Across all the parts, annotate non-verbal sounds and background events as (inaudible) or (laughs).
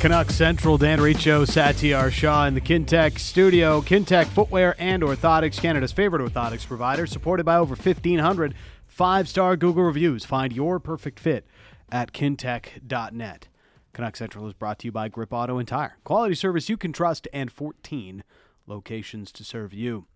Canuck Central, Dan Riccio, Satyar Shah in the Kintech studio. Kintech Footwear and Orthotics, Canada's favorite orthotics provider, supported by over 1,500 five star Google reviews. Find your perfect fit at kintech.net. Canuck Central is brought to you by Grip Auto and Tire. Quality service you can trust and 14 locations to serve you.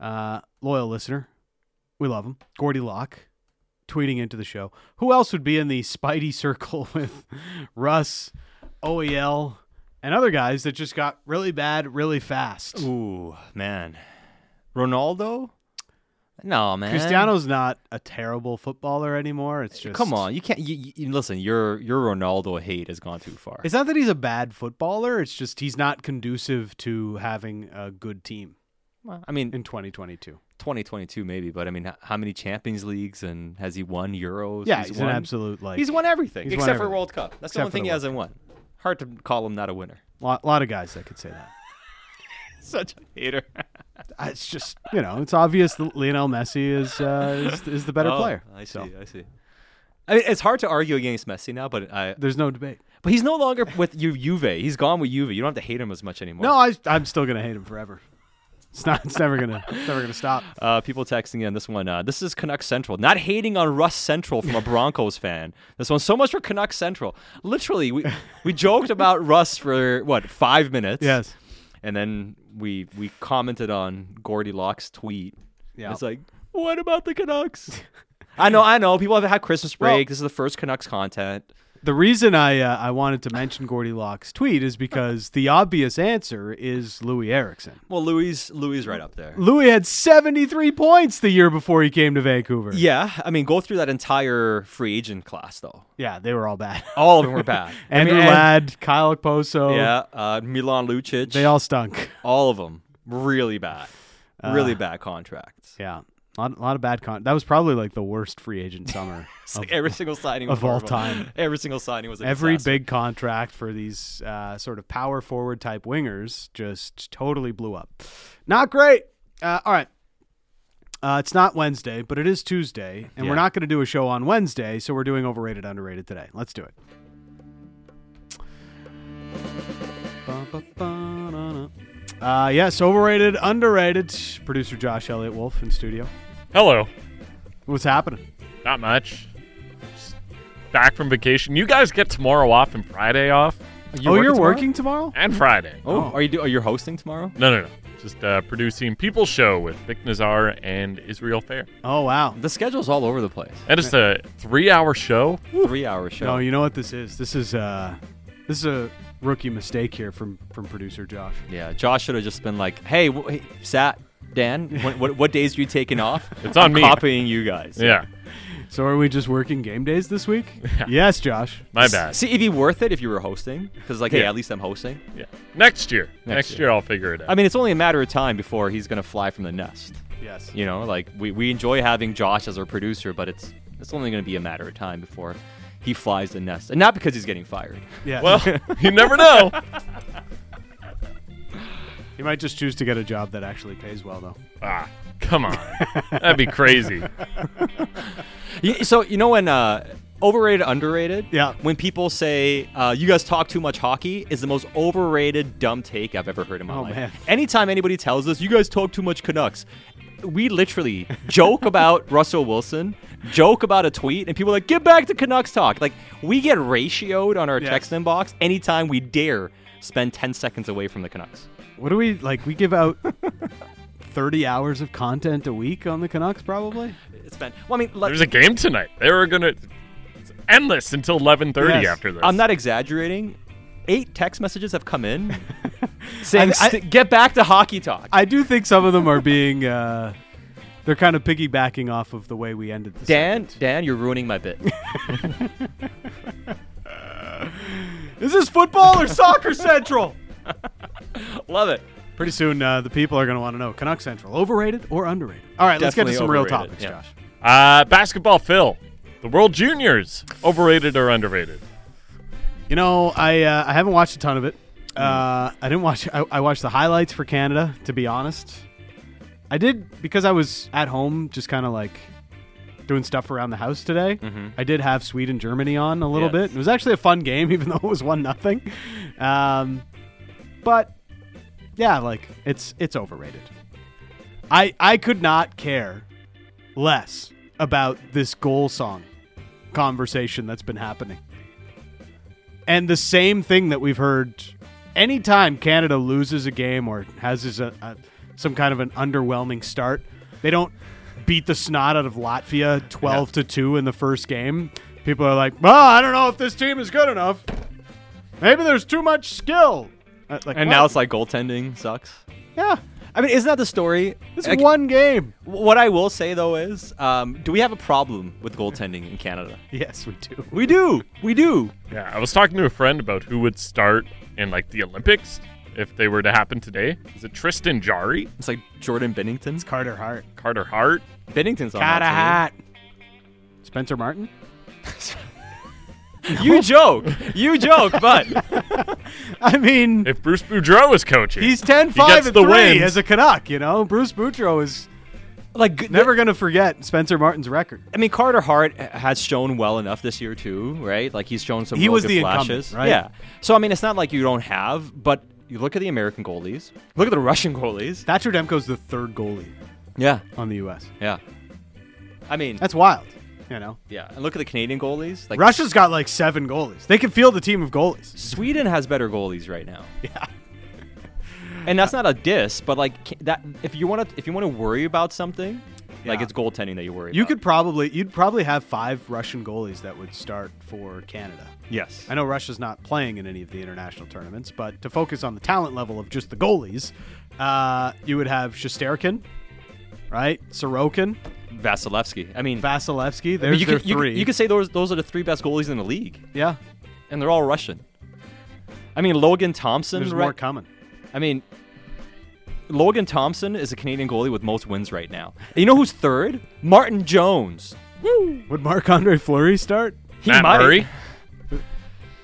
Uh, loyal listener, we love him. Gordy Locke tweeting into the show. Who else would be in the Spidey circle (laughs) with Russ, OEL, and other guys that just got really bad really fast? Ooh, man. Ronaldo? No, man. Cristiano's not a terrible footballer anymore. It's just Come on, you can't. You, you, listen, your your Ronaldo hate has gone too far. It's not that he's a bad footballer. It's just he's not conducive to having a good team Well, I mean, in 2022. 2022 maybe, but I mean, h- how many Champions Leagues and has he won Euros? Yeah, he's, an won- absolute like. He's won everything He's won except for everything. World Cup. Except That's the for only thing the he World hasn't won. Hard to call him not (laughs) a winner. lot, lot of guys that could say that. Such a (laughs) hater. It's just you know, it's obvious that Lionel Messi is uh, is, is the better Oh, player. I see. So I see. I mean, it's hard to argue against Messi now, but I. there's no debate. But he's no longer with you, Juve. He's gone with Juve. You don't have to hate him as much anymore. No, I, I'm still gonna hate him forever. It's not. It's never gonna. It's never gonna (laughs) stop. Uh, people texting in this one. Uh, this is Canuck Central. Not hating on Russ (laughs) Central from a Broncos fan. This one. So much for Canuck Central. Literally, we we joked about Russ for what five minutes. Yes. And then we we commented on Gordy Locke's tweet. Yeah. It's like, what about the Canucks? (laughs) I know, I know. People have had Christmas break. Well- this is the first Canucks content. The reason I uh, I wanted to mention Gordy Locke's tweet is because the obvious answer is Louis Erickson. Well, Louis Louis right up there. Louis had 73 points the year before he came to Vancouver. Yeah, I mean, go through that entire free agent class though. Yeah, they were all bad. All of them were bad. I mean, (laughs) Andrew and- Ladd, Kyle Poso, Yeah, uh, Milan Lucic. they all stunk. All of them really bad, Uh, really bad contracts. (laughs) Yeah, a lot, lot of bad con. That was probably like the worst free agent summer. (laughs) It's like every single signing was of all horrible. time. (laughs) Every single signing was a Every disaster. big contract for these uh, sort of power forward type wingers just totally blew up. Not great. Uh, all right. Uh, it's not Wednesday, but it is Tuesday, and we're Yeah. not going to do a show on Wednesday, so we're doing overrated, underrated today. Let's do it. Uh, yes, overrated, underrated. Producer Josh Elliott Wolf in studio. Hello. What's happening? Not much. Just back from vacation. You guys get tomorrow off and Friday off. oh, working you're tomorrow? working tomorrow? And Friday. Oh, are you do- are you hosting tomorrow? No, no, no. Just uh, producing People Show with Vic Nazar and Israel Fair. Oh, wow. The schedule's all over the place. And it's a three-hour show. Three hour show. No, you know what this is. This is uh this is a rookie mistake here from from producer Josh. yeah, Josh should have just been like, "Hey, w- hey Sat, Dan, (laughs) what, what what days are you taking off? (laughs) It's on I'm me. Copying you guys. Yeah, So are we just working game days this week? yes, Josh. my S- bad. See, it'd be worth it if you were hosting, because like, hey, Yeah. at least I'm hosting. Yeah. Next year. Next, year. year. I'll figure it (laughs) out. I mean, it's only a matter of time before he's gonna fly from the nest. Yes. You know, like we, we enjoy having Josh as our producer, but it's it's only going to be a matter of time before he flies the nest, and not because he's getting fired. Yeah. well, you never know. (laughs) you might just choose to get a job that actually pays well though. ah, come on. That'd (laughs) be crazy. Y- So you know when uh, overrated, underrated. Yeah. When people say uh, you guys talk too much hockey is the most overrated dumb take I've ever heard in my Oh, life. man. Anytime anybody tells us you guys talk too much Canucks. We literally (laughs) joke about Russell Wilson, joke about a tweet, and people are like, get back to Canucks talk. Like, we get ratioed on our Yes. text inbox anytime we dare spend 10 seconds away from the Canucks. What do we like we give out 30 hours of content a week on the Canucks probably? It's been, well, I mean, like, There's a game tonight. They were going to. It's endless until 11.30 Yes. after this. I'm not exaggerating. Eight text messages have come (laughs) in saying, I'm st- "St- get back to hockey talk. I do think some of them are being uh they're kind of piggybacking off of the way we ended the Dan, Dan, you're ruining my (laughs) bit. segment. Is this Oh, football or soccer central? (laughs) Love it. Pretty soon, uh, the people are going to want to know Canuck Central, overrated or underrated? All right, let's get to Definitely some real overrated, topics, yeah. Josh. Uh, basketball, Phil. The World Juniors, overrated or underrated? You know, I uh, I haven't watched a ton of it. Uh, I didn't watch. I, I watched the highlights for Canada. To be honest, I did because I was at home, just kind of like doing stuff around the house today. I did have Sweden Germany on a little Mm-hmm. Yes. bit. It was actually a fun game, (laughs) even though it was one nothing. Um, but yeah, like it's it's overrated. I I could not care less about this goal song conversation that's been happening. And the same thing that we've heard anytime Canada loses a game or has is a, a, some kind of an underwhelming start, they don't beat the snot out of Latvia 12 to 2 in the first game. People are like, well, I don't know if this team is good enough. Maybe there's too much skill. Uh, like, And what? now it's like goaltending sucks. yeah, I mean, isn't that the story? it's Like, one game. What I will say though is, um, do we have a problem with goaltending in Canada? Yes, we do. We do. We do. Yeah, I was talking to a friend about who would start in like the Olympics if they were to happen today. Is it Tristan Jari, It's like Jordan Bennington's. Carter Hart, Carter Hart? Bennington's on Carter Hart, that Spencer Martin. team. (laughs) You joke. You joke, but I mean, If Bruce Boudreau is coaching, He's 10 he 5 gets and the 3 wins. as a Canuck, you know? Bruce Boutro is (laughs) like g- never going to forget Spencer Martin's record. I mean, Carter Hart h- has shown well enough this year too, right? Like he's shown some. He real was good the incumbent, flashes, right? Yeah. So I mean, it's not like you don't have, but you look at the American goalies, look at the Russian goalies. Thatcher Demko's the third goalie Yeah, on the U.S. yeah. I mean, That's wild, you know? yeah. And look at the Canadian goalies. Like Russia's got like seven goalies. They can field a team of goalies. Sweden has better goalies right now. (laughs) Yeah. and that's not a diss, but like ca- that. If you want to, if you want to worry about something, like Yeah. it's goaltending that you worry. You about. could probably, you'd probably have five Russian goalies that would start for Canada. yes. I know Russia's not playing in any of the international tournaments, but to focus on the talent level of just the goalies, uh, you would have Shesterkin, right? Sorokin, Vasilevsky. I mean, Vasilevsky. There's you their could, you, three. could, you could say those those are the three best goalies in the league, yeah. and they're all Russian. I mean, Logan Thompson. There's right- more coming. I mean, Logan Thompson is the Canadian goalie with most wins right now. And you know who's third? Martin Jones. Would Marc Andre Fleury start? He Matt might. Murray.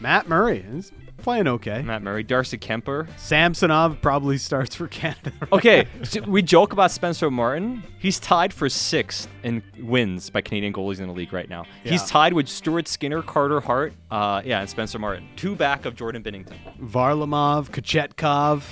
Matt Murray is playing okay. Matt Murray. Darcy Kemper. Samsonov probably starts for (laughs) Canada. Okay, so we joke about Spencer Martin. He's tied for sixth in wins by Canadian goalies in the league right now. He's Yeah. tied with Stuart Skinner, Carter Hart, uh, yeah, and Spencer Martin. Two back of Jordan Binnington. Varlamov, Kachetkov,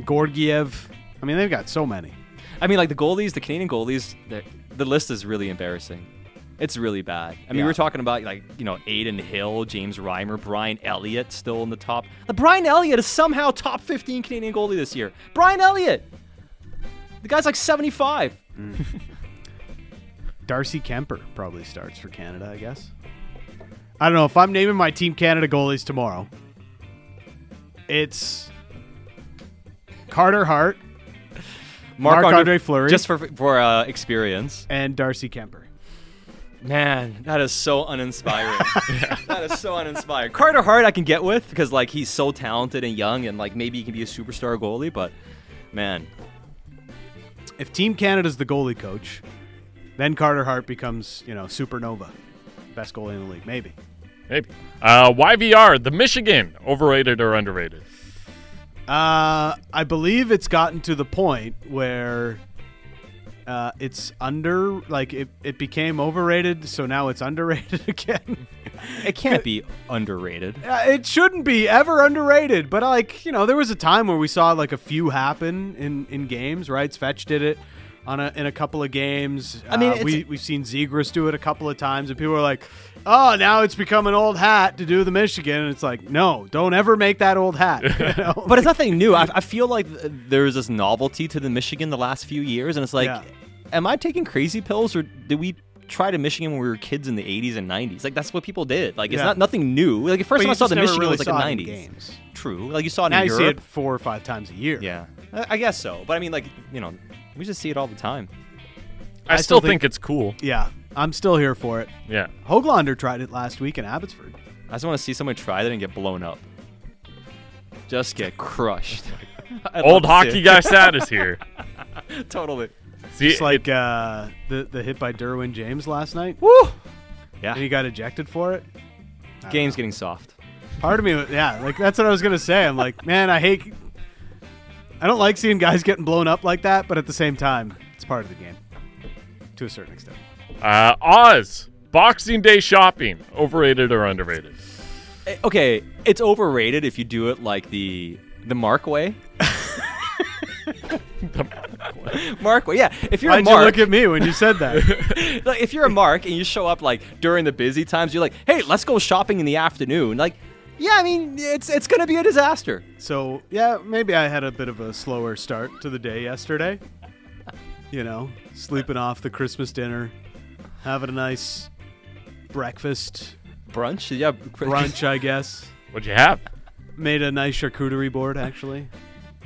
Gorgiev. I mean, they've got so many. I mean, like the goalies, the Canadian goalies, the the list is really embarrassing. It's really bad. I mean, Yeah. we're talking about like you know Aiden Hill, James Reimer, Brian Elliott still in the top. The Brian Elliott is somehow top 15 Canadian goalie this year. Brian Elliott, the guy's like 75. Darcy Kemper probably starts for Canada, I guess. I don't know. If I'm naming my Team Canada goalies tomorrow, it's Carter Hart Marc-Andre Fleury. just for for uh, experience. and Darcy Kemper. Man, that is so (laughs) uninspiring. That is so uninspiring. Carter Hart, I can get with because like he's so talented and young, and like maybe he can be a superstar goalie. But man, If Team Canada's the goalie coach, then Carter Hart becomes, you know, supernova. Best goalie in the league, maybe. Maybe. Uh, YVR, the Michigan, overrated or underrated? Uh, I believe it's gotten to the point where uh, it's under, like it, it became overrated, so now it's (laughs) underrated again. it can't be underrated. Uh, it shouldn't be ever underrated, but like you know, there was a time where we saw like a few happen in in games. Right, Svetch did it on a, in a couple of games. I mean, Uh, it's- we we've seen Zegras do it a couple of times, and people are like, "Oh, now it's become an old hat to do the Michigan." And it's like, no, don't ever make that old hat. (laughs) (laughs) you know? But it's nothing new. I, I feel like th- there's this novelty to the Michigan the last few years, and it's like, Yeah. am I taking crazy pills, or did we try to Michigan when we were kids in the 80s and 90s? Like that's what people did. Like it's Yeah. not nothing new. Like the But first you time I saw just the never Michigan really was like saw the it in 90s. games. True. Like you saw it Now in you Europe. see it four or five times a year. Yeah, I, I guess so. But I mean, like you know, we just see it all the time. I, still still think- think, it's cool. yeah, I'm still here for it. Yeah. Hoglander tried it last week in Abbotsford. I just want to see someone try that and get blown up. Just get crushed. (laughs) I'd love Old to see hockey it. (laughs) guy stat is here. totally. See, It's like uh, the the hit by Derwin James last night. Woo! Yeah. and he got ejected for it. I don't Game's getting soft. know. Part of me, yeah, like that's what I was gonna say. I'm like, man, I hate. I don't like seeing guys getting blown up like that, but at the same time, it's part of the game. to a certain extent. Uh, Oz, Boxing Day shopping, overrated or underrated? Eh, Okay, it's overrated if you do it like the the (laughs) Mark way. Mark way, yeah. If you're Why'd a Mark, you look at me when you said (laughs) that? like, if you're a mark and you show up like during the busy times, you're like, hey, let's go shopping in the afternoon. Like, yeah, I mean, it's it's gonna be a disaster. so yeah, maybe I had a bit of a slower start to the day yesterday. You know, sleeping off the Christmas dinner, having a nice breakfast, Brunch, yeah, brunch, I guess. What'd you have? Made a nice charcuterie board actually.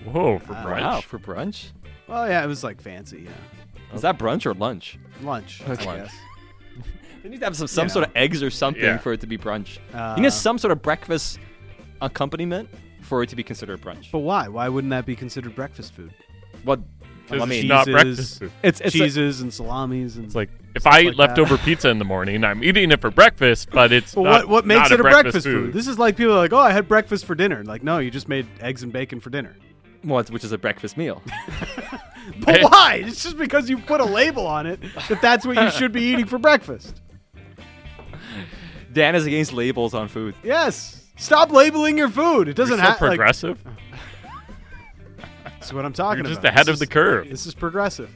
Whoa, for brunch. (laughs) Uh, Wow, for brunch? Well, yeah, it was like fancy. Yeah, Is that brunch or lunch? lunch. I Lunch. guess. They need to have some, some You sort know. of eggs or something Yeah. for it to be brunch. Uh, you need some sort of breakfast accompaniment for it to be considered brunch. But why? Why wouldn't that be considered breakfast food? What? This I is mean, not- breakfast food. It's, it's cheeses and salamis and It's like if I eat like that. leftover pizza in the morning, I'm eating it for breakfast, but it's Well, not, what what makes not it a breakfast, food? This is like people are like, oh, I had breakfast for dinner. Like, no, you just made eggs and bacon for (laughs) dinner. well, it's- which is a breakfast (laughs) meal. But Hey. why? It's just because you put a label on it that that's what you should be eating for breakfast. Dan is against labels on food. Yes. Stop labeling your food. It You're doesn't so have like (laughs) progressive. that's what I'm talking You're just about. ahead This of the is- curve. This is progressive.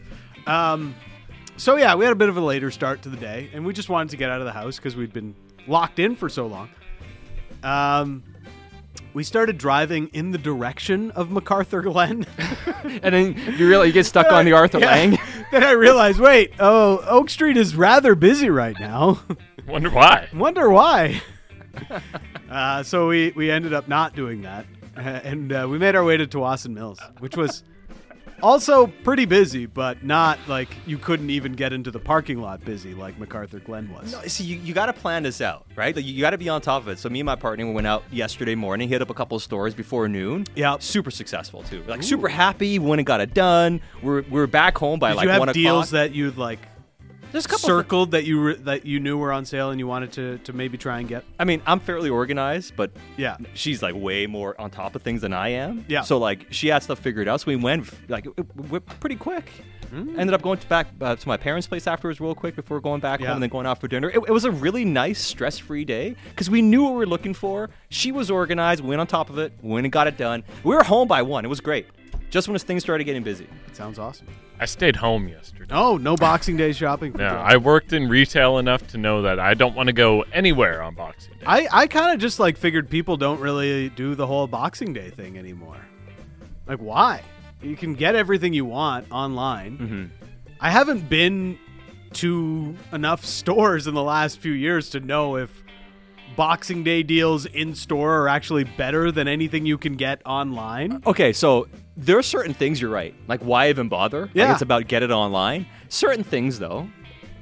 Um, so yeah, we had a bit of a later start to the day, and we just wanted to get out of the house because we'd been locked in for so long. Um, we started driving in the direction of MacArthur Glen. And then you realize you get stuck on the (laughs) Arthur Yeah. Lang. then I realized, wait, oh, Oak Street is rather busy right now. Wonder why. Wonder why. (laughs) uh, so we, we ended up not doing that. (laughs) Uh, and uh, we made our way to Tawasin Mills, which was also pretty busy, but not like you couldn't even get into the parking lot busy like MacArthur Glen was. No, (laughs) see, you, you got to plan this out, right? Like, you got to be on top of it. So, me and my partner we went out yesterday morning, hit up a couple of stores before noon. Yep. Super successful, too. Like, super happy, went and got it done. We're, we're back home by Did like you have 1 deals o'clock. that you'd like There's a couple of- circled that you re- that you knew were on sale and you wanted to, to maybe try and get? I mean, I'm fairly organized, but Yeah. she's like way more on top of things than I am. Yeah. So like she had stuff figured out. So we went like w- w- pretty quick. Mm. Ended up going to back uh, to my parents' place afterwards, real quick, before going back Yeah. home and then going out for dinner. It, it was a really nice, stress-free day because we knew what we were looking for. She was organized, went on top of it, went and got it done. We were home by one. It was great. Just when things started getting busy. It sounds awesome. I stayed home yesterday. Oh, no Boxing Day shopping. For Yeah, Joe. I worked in retail enough to know that I don't want to go anywhere on Boxing Day. I, I kind of just like figured people don't really do the whole Boxing Day thing anymore. Like, why? You can get everything you want online. I haven't been to enough (laughs) stores in the last few years to know if Boxing Day deals in store are actually better than anything you can get online. Okay, so there are certain things you're right. Like why even bother? Yeah. Like it's about get it online. Certain things though,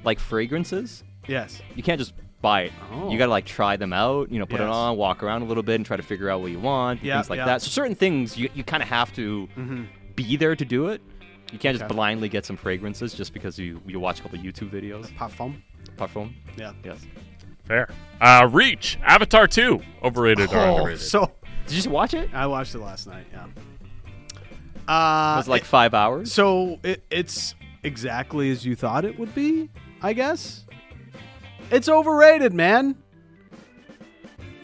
like fragrances. Yes. you can't just buy it. Oh. You gotta like try them out, you know, put it Yes. on, walk around a little bit, and try to figure out what you want, and Yeah, things like yeah. that. So certain things you, you kind of have to be there to do it. You can't just Okay. blindly get some fragrances just because you you watch a couple YouTube videos. Parfum. Parfum, Yeah. yes. Fair. Uh, Reach, Avatar 2, overrated or Oh, underrated? so Did you just watch it? It I watched it last night. Yeah. Uh, was like five hours. So it, it's exactly as you thought it would be, I guess. It's overrated, man.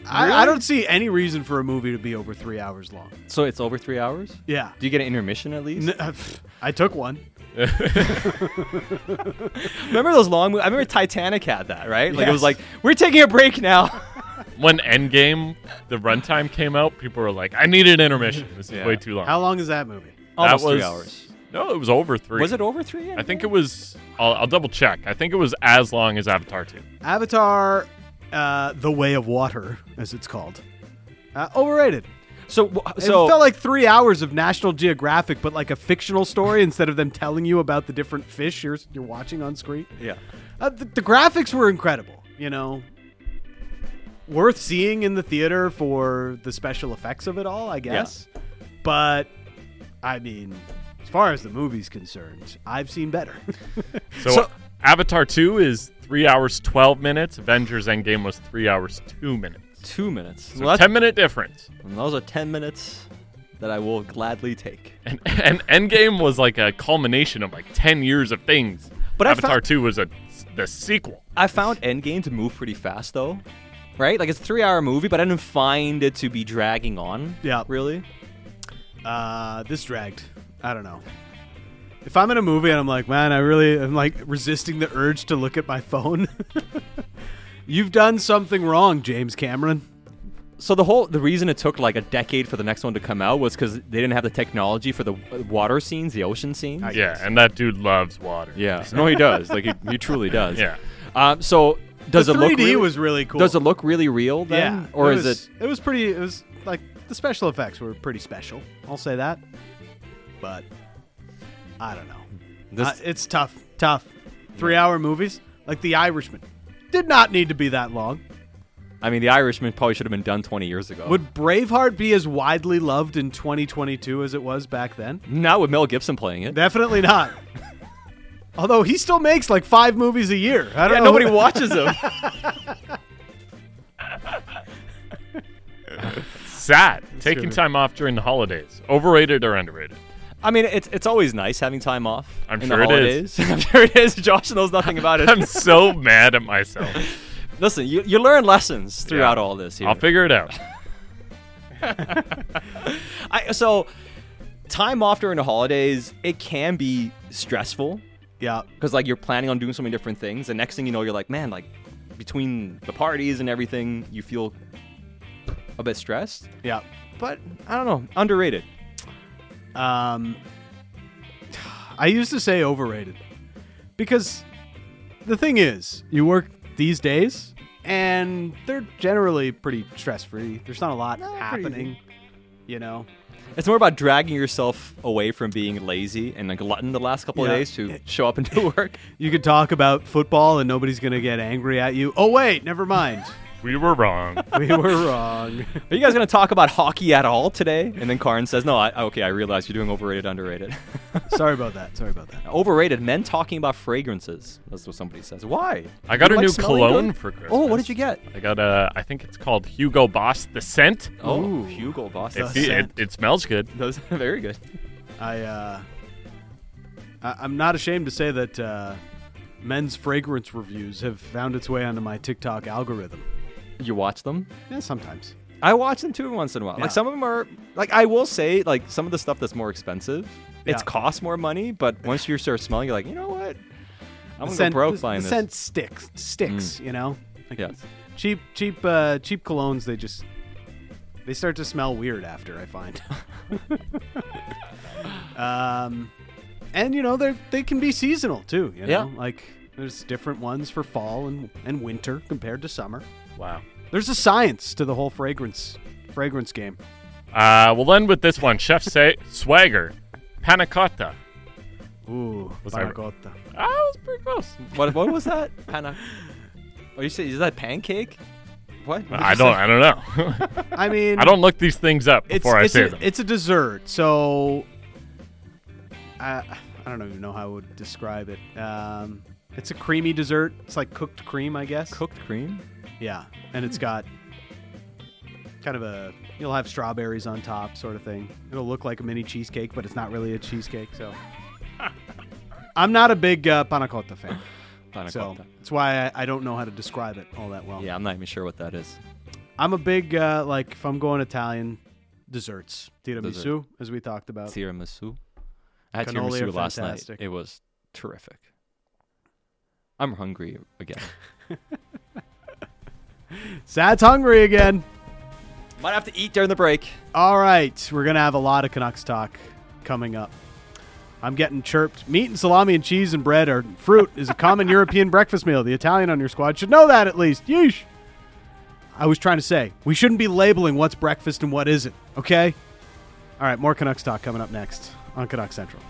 I, I Really? don't see any reason for a movie to be over three hours long. So it's over three hours. Yeah. Do you get an intermission at least? N- uh, pff, (laughs) I took one. Remember those long? mo- I remember Titanic had that, right? Like it Yes. was like we're taking a break (laughs) now. When Endgame, the runtime came out, people were like, I need an intermission. This is Yeah. way too long. How long is that movie? Almost was, three hours. No, it was over three. Was it over three? I think it was. I'll, I'll double check. I think it was as long as Avatar 2. Avatar, uh, The Way of Water, as it's called. Uh, overrated. So wh- It so felt like three hours of National Geographic, but like a fictional story instead of them telling you about the different fish you're, you're watching on screen. yeah. Uh, the, the graphics were incredible, you know. Worth seeing in the theater for the special effects of it all, I guess. But I mean, as far as the movie's concerned, I've seen (laughs) better. So, So- Avatar 2 is 3 hours 12 minutes. Avengers Endgame was 3 hours 2 minutes. Two minutes. So Well, that's- 10 minute difference. And those are 10 minutes that I will gladly take. (laughs) And, and Endgame was like a culmination of like 10 years of things. But I Avatar found- 2 was a the sequel. I found Endgame to move pretty fast though, right? Like it's a three-hour movie, but I didn't find it to be dragging on. Yeah. really. Uh, this dragged. I don't know. If I'm in a movie and I'm like, man, I really am like resisting the urge to look at my phone. (laughs) You've done something wrong, James Cameron. So the whole the reason it took like a decade for the next one to come out was because they didn't have the technology for the w- water scenes, the ocean scenes. I- Yeah, and that dude loves water. yeah, no, he does. Like he, he truly does. Yeah. Um, so does the it look? 3D really- was really cool. Does it look really real then, Yeah. or it is was- it? It was pretty. It was like the special effects were pretty special. I'll say that. But I don't know. This- Uh, it's tough. Tough. Three-hour movies like The Irishman did not need to be that long. I mean, The Irishman probably should have been done 20 years ago. Would Braveheart be as widely loved in 2022 as it was back then? not with Mel Gibson playing it. Definitely (laughs) not. Although he still makes like five movies a year. I (laughs) don't yeah, know. nobody watches him. Sad. Taking time off during the holidays. Overrated or underrated? (laughs) I mean, it's it's always nice having time off. I'm in sure the it is. holidays. (laughs) I'm sure it is. Josh knows nothing about it. (laughs) I'm so mad at (laughs) myself. Listen, you, you learn lessons throughout Yeah. all this. Here. I'll figure it out. I, so, time off during the holidays, it can be stressful Yeah. because like you're planning on doing so many different things. And next thing you know, you're like, man, like between the parties and everything, you feel a bit stressed. Yeah. But I don't know, underrated. Um, I used to say overrated because the thing is, you work these days and they're generally pretty stress free. There's not a lot happening, you know? It's more about dragging yourself away from being lazy and a glutton the last couple Yeah. of days to show up and do work. You could talk about football and nobody's going to get angry at you. Oh, wait, never mind. We were wrong. We were wrong. (laughs) Are you guys gonna talk about hockey at all today? And then Karin says, "No, I, okay, I realize you're doing overrated, underrated." (laughs) Sorry about that. Sorry about that. Overrated. Men talking about fragrances. That's what somebody says. Why? I got You a like new smelling cologne good? for Christmas. Oh, what did you get? I got a. I think it's called Hugo Boss the scent. Oh, Ooh. Hugo Boss. It, That's fe- it, scent. it smells good. (laughs) those are very good. I, uh, I, I'm not ashamed to say that uh, men's fragrance reviews have found its way onto my TikTok algorithm. You watch them? Yeah, sometimes. I watch them too once in a while. Yeah. Like some of them are. Like I will say, like some of the stuff that's more expensive, it's Yeah. cost more money. But once you start smelling, you're like, you know what? The I'm gonna scent- go broke the, buying the this. Mm. scent sticks, sticks. You know, like Yeah. cheap, cheap, uh, cheap colognes. They just they start to smell weird after. I (laughs) find. um, and you know they are they can be seasonal too. You know, Yeah. like there's different ones for fall and and winter compared to summer. Wow. There's a science to the whole fragrance fragrance game. Uh, we'll end with this one. Chef say Swagger, panna cotta. Ooh, Was I- Barragotta. Ah, that was pretty close. What? What was that? Panna. Oh, you say is that pancake? What? What'd I you don't. say? I don't know. (laughs) (laughs) I mean, I don't look these things up it's, before I it's say a, them. It's a dessert, so uh, I I don't even know how I would describe it. Um, it's a creamy dessert. It's like cooked cream, I guess. Cooked cream. Yeah, and it's got kind of a you'll have strawberries on top, sort of thing. It'll look like a mini cheesecake, but it's not really a cheesecake. So I'm not a big uh, panna cotta fan, Panna so cotta. that's why I, I don't know how to describe it all that well. Yeah, I'm not even sure what that is. I'm a big uh, like if I'm going Italian desserts, tiramisu, Dessert. as we talked about. Tiramisu. I had Cannoli are tiramisu last night. fantastic. It was terrific. I'm hungry again. Sad's hungry again. (laughs) Might have to eat during the break. All right, we're gonna have a lot of Canucks talk coming up. I'm getting chirped. Meat and salami and cheese and bread or fruit is a common European breakfast meal. The Italian on your squad should know that at least. Yeesh. I was trying to say we shouldn't be labeling what's breakfast and what isn't. Okay. All right, more Canucks talk coming up next on Canucks Central.